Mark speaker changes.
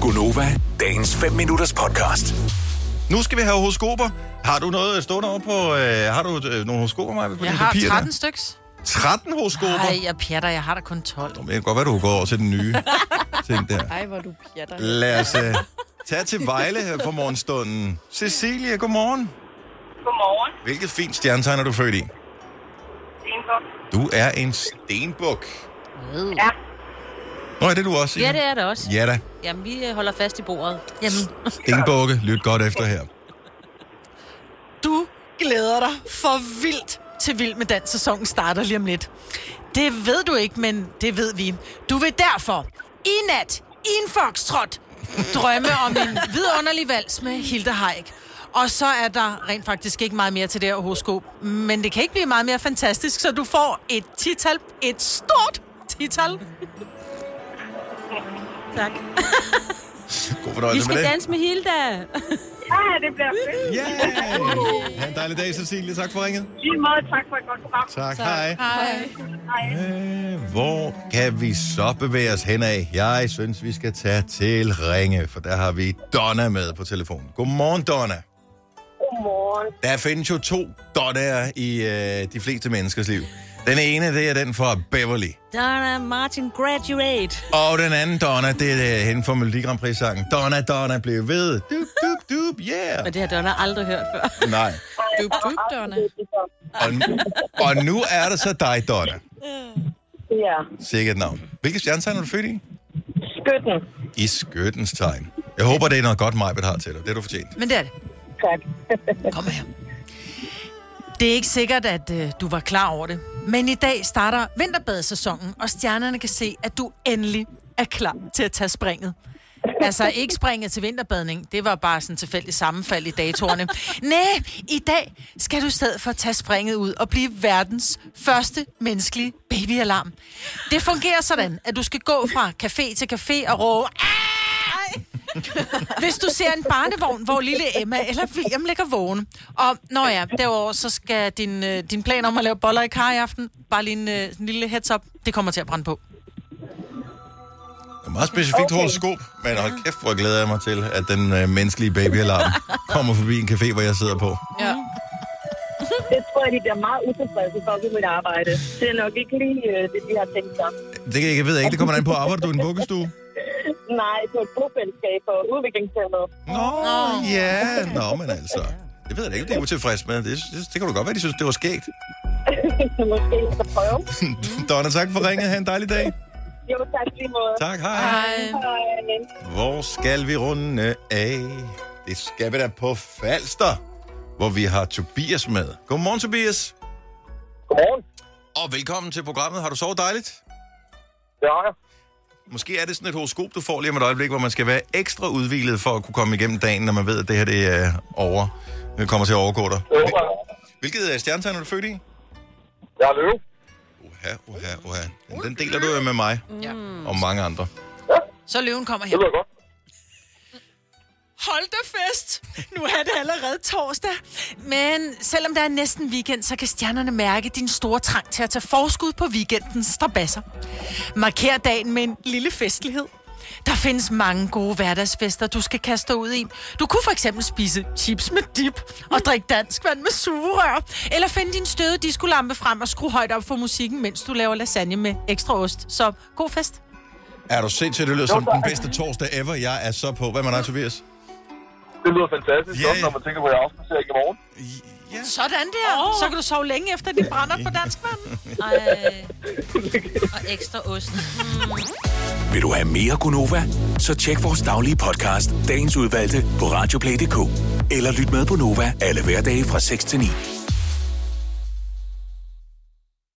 Speaker 1: Gunova, dagens 5 minutters podcast.
Speaker 2: Nu skal vi have horoskoper. Har du noget stående over på... Øh, har du øh, nogle horoskoper, Maja, på
Speaker 3: Jeg
Speaker 2: din
Speaker 3: har
Speaker 2: papir
Speaker 3: 13 stykker.
Speaker 2: Der? 13 horoskoper?
Speaker 3: Nej, jeg pjatter, jeg har da kun 12.
Speaker 2: Nå, men Det kan godt være, du har gået over til den nye ting der.
Speaker 4: Ej, hvor du pjatter.
Speaker 2: Lad os øh, tage til Vejle her for morgenstunden. Cecilia, godmorgen.
Speaker 5: Godmorgen,
Speaker 2: Hvilket fint stjernetegn er du født i?
Speaker 5: Stenbuk.
Speaker 2: Du er en stenbuk.
Speaker 5: Ja,
Speaker 2: Nå, er det du også, Signe?
Speaker 6: Ja, det er det også.
Speaker 2: Ja da.
Speaker 6: Jamen, vi øh, holder fast i bordet.
Speaker 3: Jamen,
Speaker 2: Stenbukke, lyt godt efter her.
Speaker 3: du glæder dig for vildt til Vild med Dans. Sæsonen starter lige om lidt. Det ved du ikke, men det ved vi. Du vil derfor i nat, i en foxtrot, drømme om en vidunderlig vals med Hilde Haik. Og så er der rent faktisk ikke meget mere til det her horoskop. Men det kan ikke blive meget mere fantastisk, så du får et tital, et stort tital.
Speaker 6: Tak.
Speaker 2: God
Speaker 6: Vi
Speaker 2: fornøjelse med
Speaker 6: skal
Speaker 2: det.
Speaker 6: danse med Hilda.
Speaker 5: ja Ah, det bliver fedt.
Speaker 2: Yeah! Ha' en dejlig dag, Cecilie. Tak for ringet.
Speaker 5: Lige meget tak for et godt program.
Speaker 2: Tak. Hej.
Speaker 3: Hej.
Speaker 2: Øh, Hvor kan vi så bevæge os henad? Jeg synes, vi skal tage til Ringe, for der har vi Donna med på telefonen. Godmorgen, Donna.
Speaker 5: Godmorgen.
Speaker 2: Der findes jo to Donnaer i øh, de fleste menneskers liv. Den ene, det er den fra Beverly.
Speaker 6: Donna Martin graduate.
Speaker 2: Og den anden Donna, det er øh, hende fra Melodi Grand Prix-sangen. Donna, Donna, blev ved. Dup, dup, dup, yeah.
Speaker 6: Og det har Donna aldrig hørt før.
Speaker 2: Nej.
Speaker 4: Dup, dup, Donna.
Speaker 2: Og, og nu er det så dig, Donna.
Speaker 5: Ja,
Speaker 2: Sikkert navn. Hvilket stjernetegn er du født i?
Speaker 5: skytten.
Speaker 2: I skyttens tegn. Jeg håber, det er noget godt, Majbet har til dig. Det er du fortjent.
Speaker 3: Men det er det.
Speaker 5: Tak.
Speaker 3: Kom her. Det er ikke sikkert, at øh, du var klar over det, men i dag starter vinterbadesæsonen, og stjernerne kan se, at du endelig er klar til at tage springet. Altså ikke springet til vinterbadning, det var bare sådan tilfældig sammenfald i datorerne. Nej, i dag skal du i stedet for tage springet ud og blive verdens første menneskelige babyalarm. Det fungerer sådan, at du skal gå fra café til café og råbe, "Ej!" Hvis du ser en barnevogn, hvor lille Emma eller William ligger vågen, og når ja, derover så skal din, øh, din plan om at lave boller i kar i aften, bare lige en, øh, en lille heads up, det kommer til at brænde på.
Speaker 2: Det er meget specifikt okay. horoskop, men hold kæft, hvor glæder jeg mig til, at den øh, menneskelige babyalarm kommer forbi en café, hvor jeg sidder på.
Speaker 4: Ja.
Speaker 5: Det tror jeg, de bliver meget utilfredse for ved mit arbejde. Det er nok ikke lige øh, det, de har tænkt sig.
Speaker 2: Det kan jeg ikke, ved jeg ikke. Det kommer an på, arbejder du i en vuggestue?
Speaker 5: Nej, på et bofællesskab og udviklingshemmede.
Speaker 2: Nå, ja. Nå, men altså. Det ved jeg da ikke, det er utilfreds med. Det, det, det kan du godt være, de synes, det var skægt.
Speaker 5: Måske så prøve.
Speaker 2: Donna, tak for ringet. Ha' en dejlig dag.
Speaker 5: Jo, tak lige måde. øh,
Speaker 2: Tak, hej.
Speaker 5: Hej.
Speaker 2: Hvor skal vi runde af? Det skal vi da på Falster, hvor vi har Tobias med. Godmorgen, Tobias.
Speaker 7: Godmorgen.
Speaker 2: Og velkommen til programmet. Har du sovet dejligt?
Speaker 7: Ja,
Speaker 2: Måske er det sådan et horoskop, du får lige om et øjeblik, hvor man skal være ekstra udvilet for at kunne komme igennem dagen, når man ved, at det her det er over. Det kommer til at overgå dig.
Speaker 7: det håber jeg.
Speaker 2: Hvilket øh, stjernetegn er du født i?
Speaker 7: Jeg er løve.
Speaker 2: Oha, oha, oha. Den, den deler du jo med mig
Speaker 3: Ja.
Speaker 2: og mange andre.
Speaker 3: Så løven kommer her.
Speaker 7: Det lyder godt.
Speaker 3: Hold da fest! Nu er det allerede torsdag. Men selvom der er næsten weekend, så kan stjernerne mærke din store trang til at tage forskud på weekendens strabasser. Marker dagen med en lille festlighed. Der findes mange gode hverdagsfester, du skal kaste dig ud i. Du kunne for eksempel spise chips med dip og drikke dansk vand med sugerør. Eller finde din støde diskolampe frem og skrue højt op for musikken, mens du laver lasagne med ekstra ost. Så god fest.
Speaker 2: Er du sindssygt, det lyder som den bedste torsdag ever, jeg er så på. Hvad med dig, Tobias?
Speaker 7: Det lyder fantastisk,
Speaker 2: Ja,
Speaker 7: yeah.
Speaker 2: ja.
Speaker 7: når man tænker på, at jeg afspacerer i morgen.
Speaker 2: Ja.
Speaker 3: Sådan der. Oh. Så kan du sove længe efter, at din brænder på dansk vand.
Speaker 6: Ej. Og ekstra ost. Mm.
Speaker 1: Vil du have mere Gunova? Så tjek vores daglige podcast, dagens udvalgte, på radioplay.dk. Eller lyt med på Nova alle hverdage fra 6 til 9.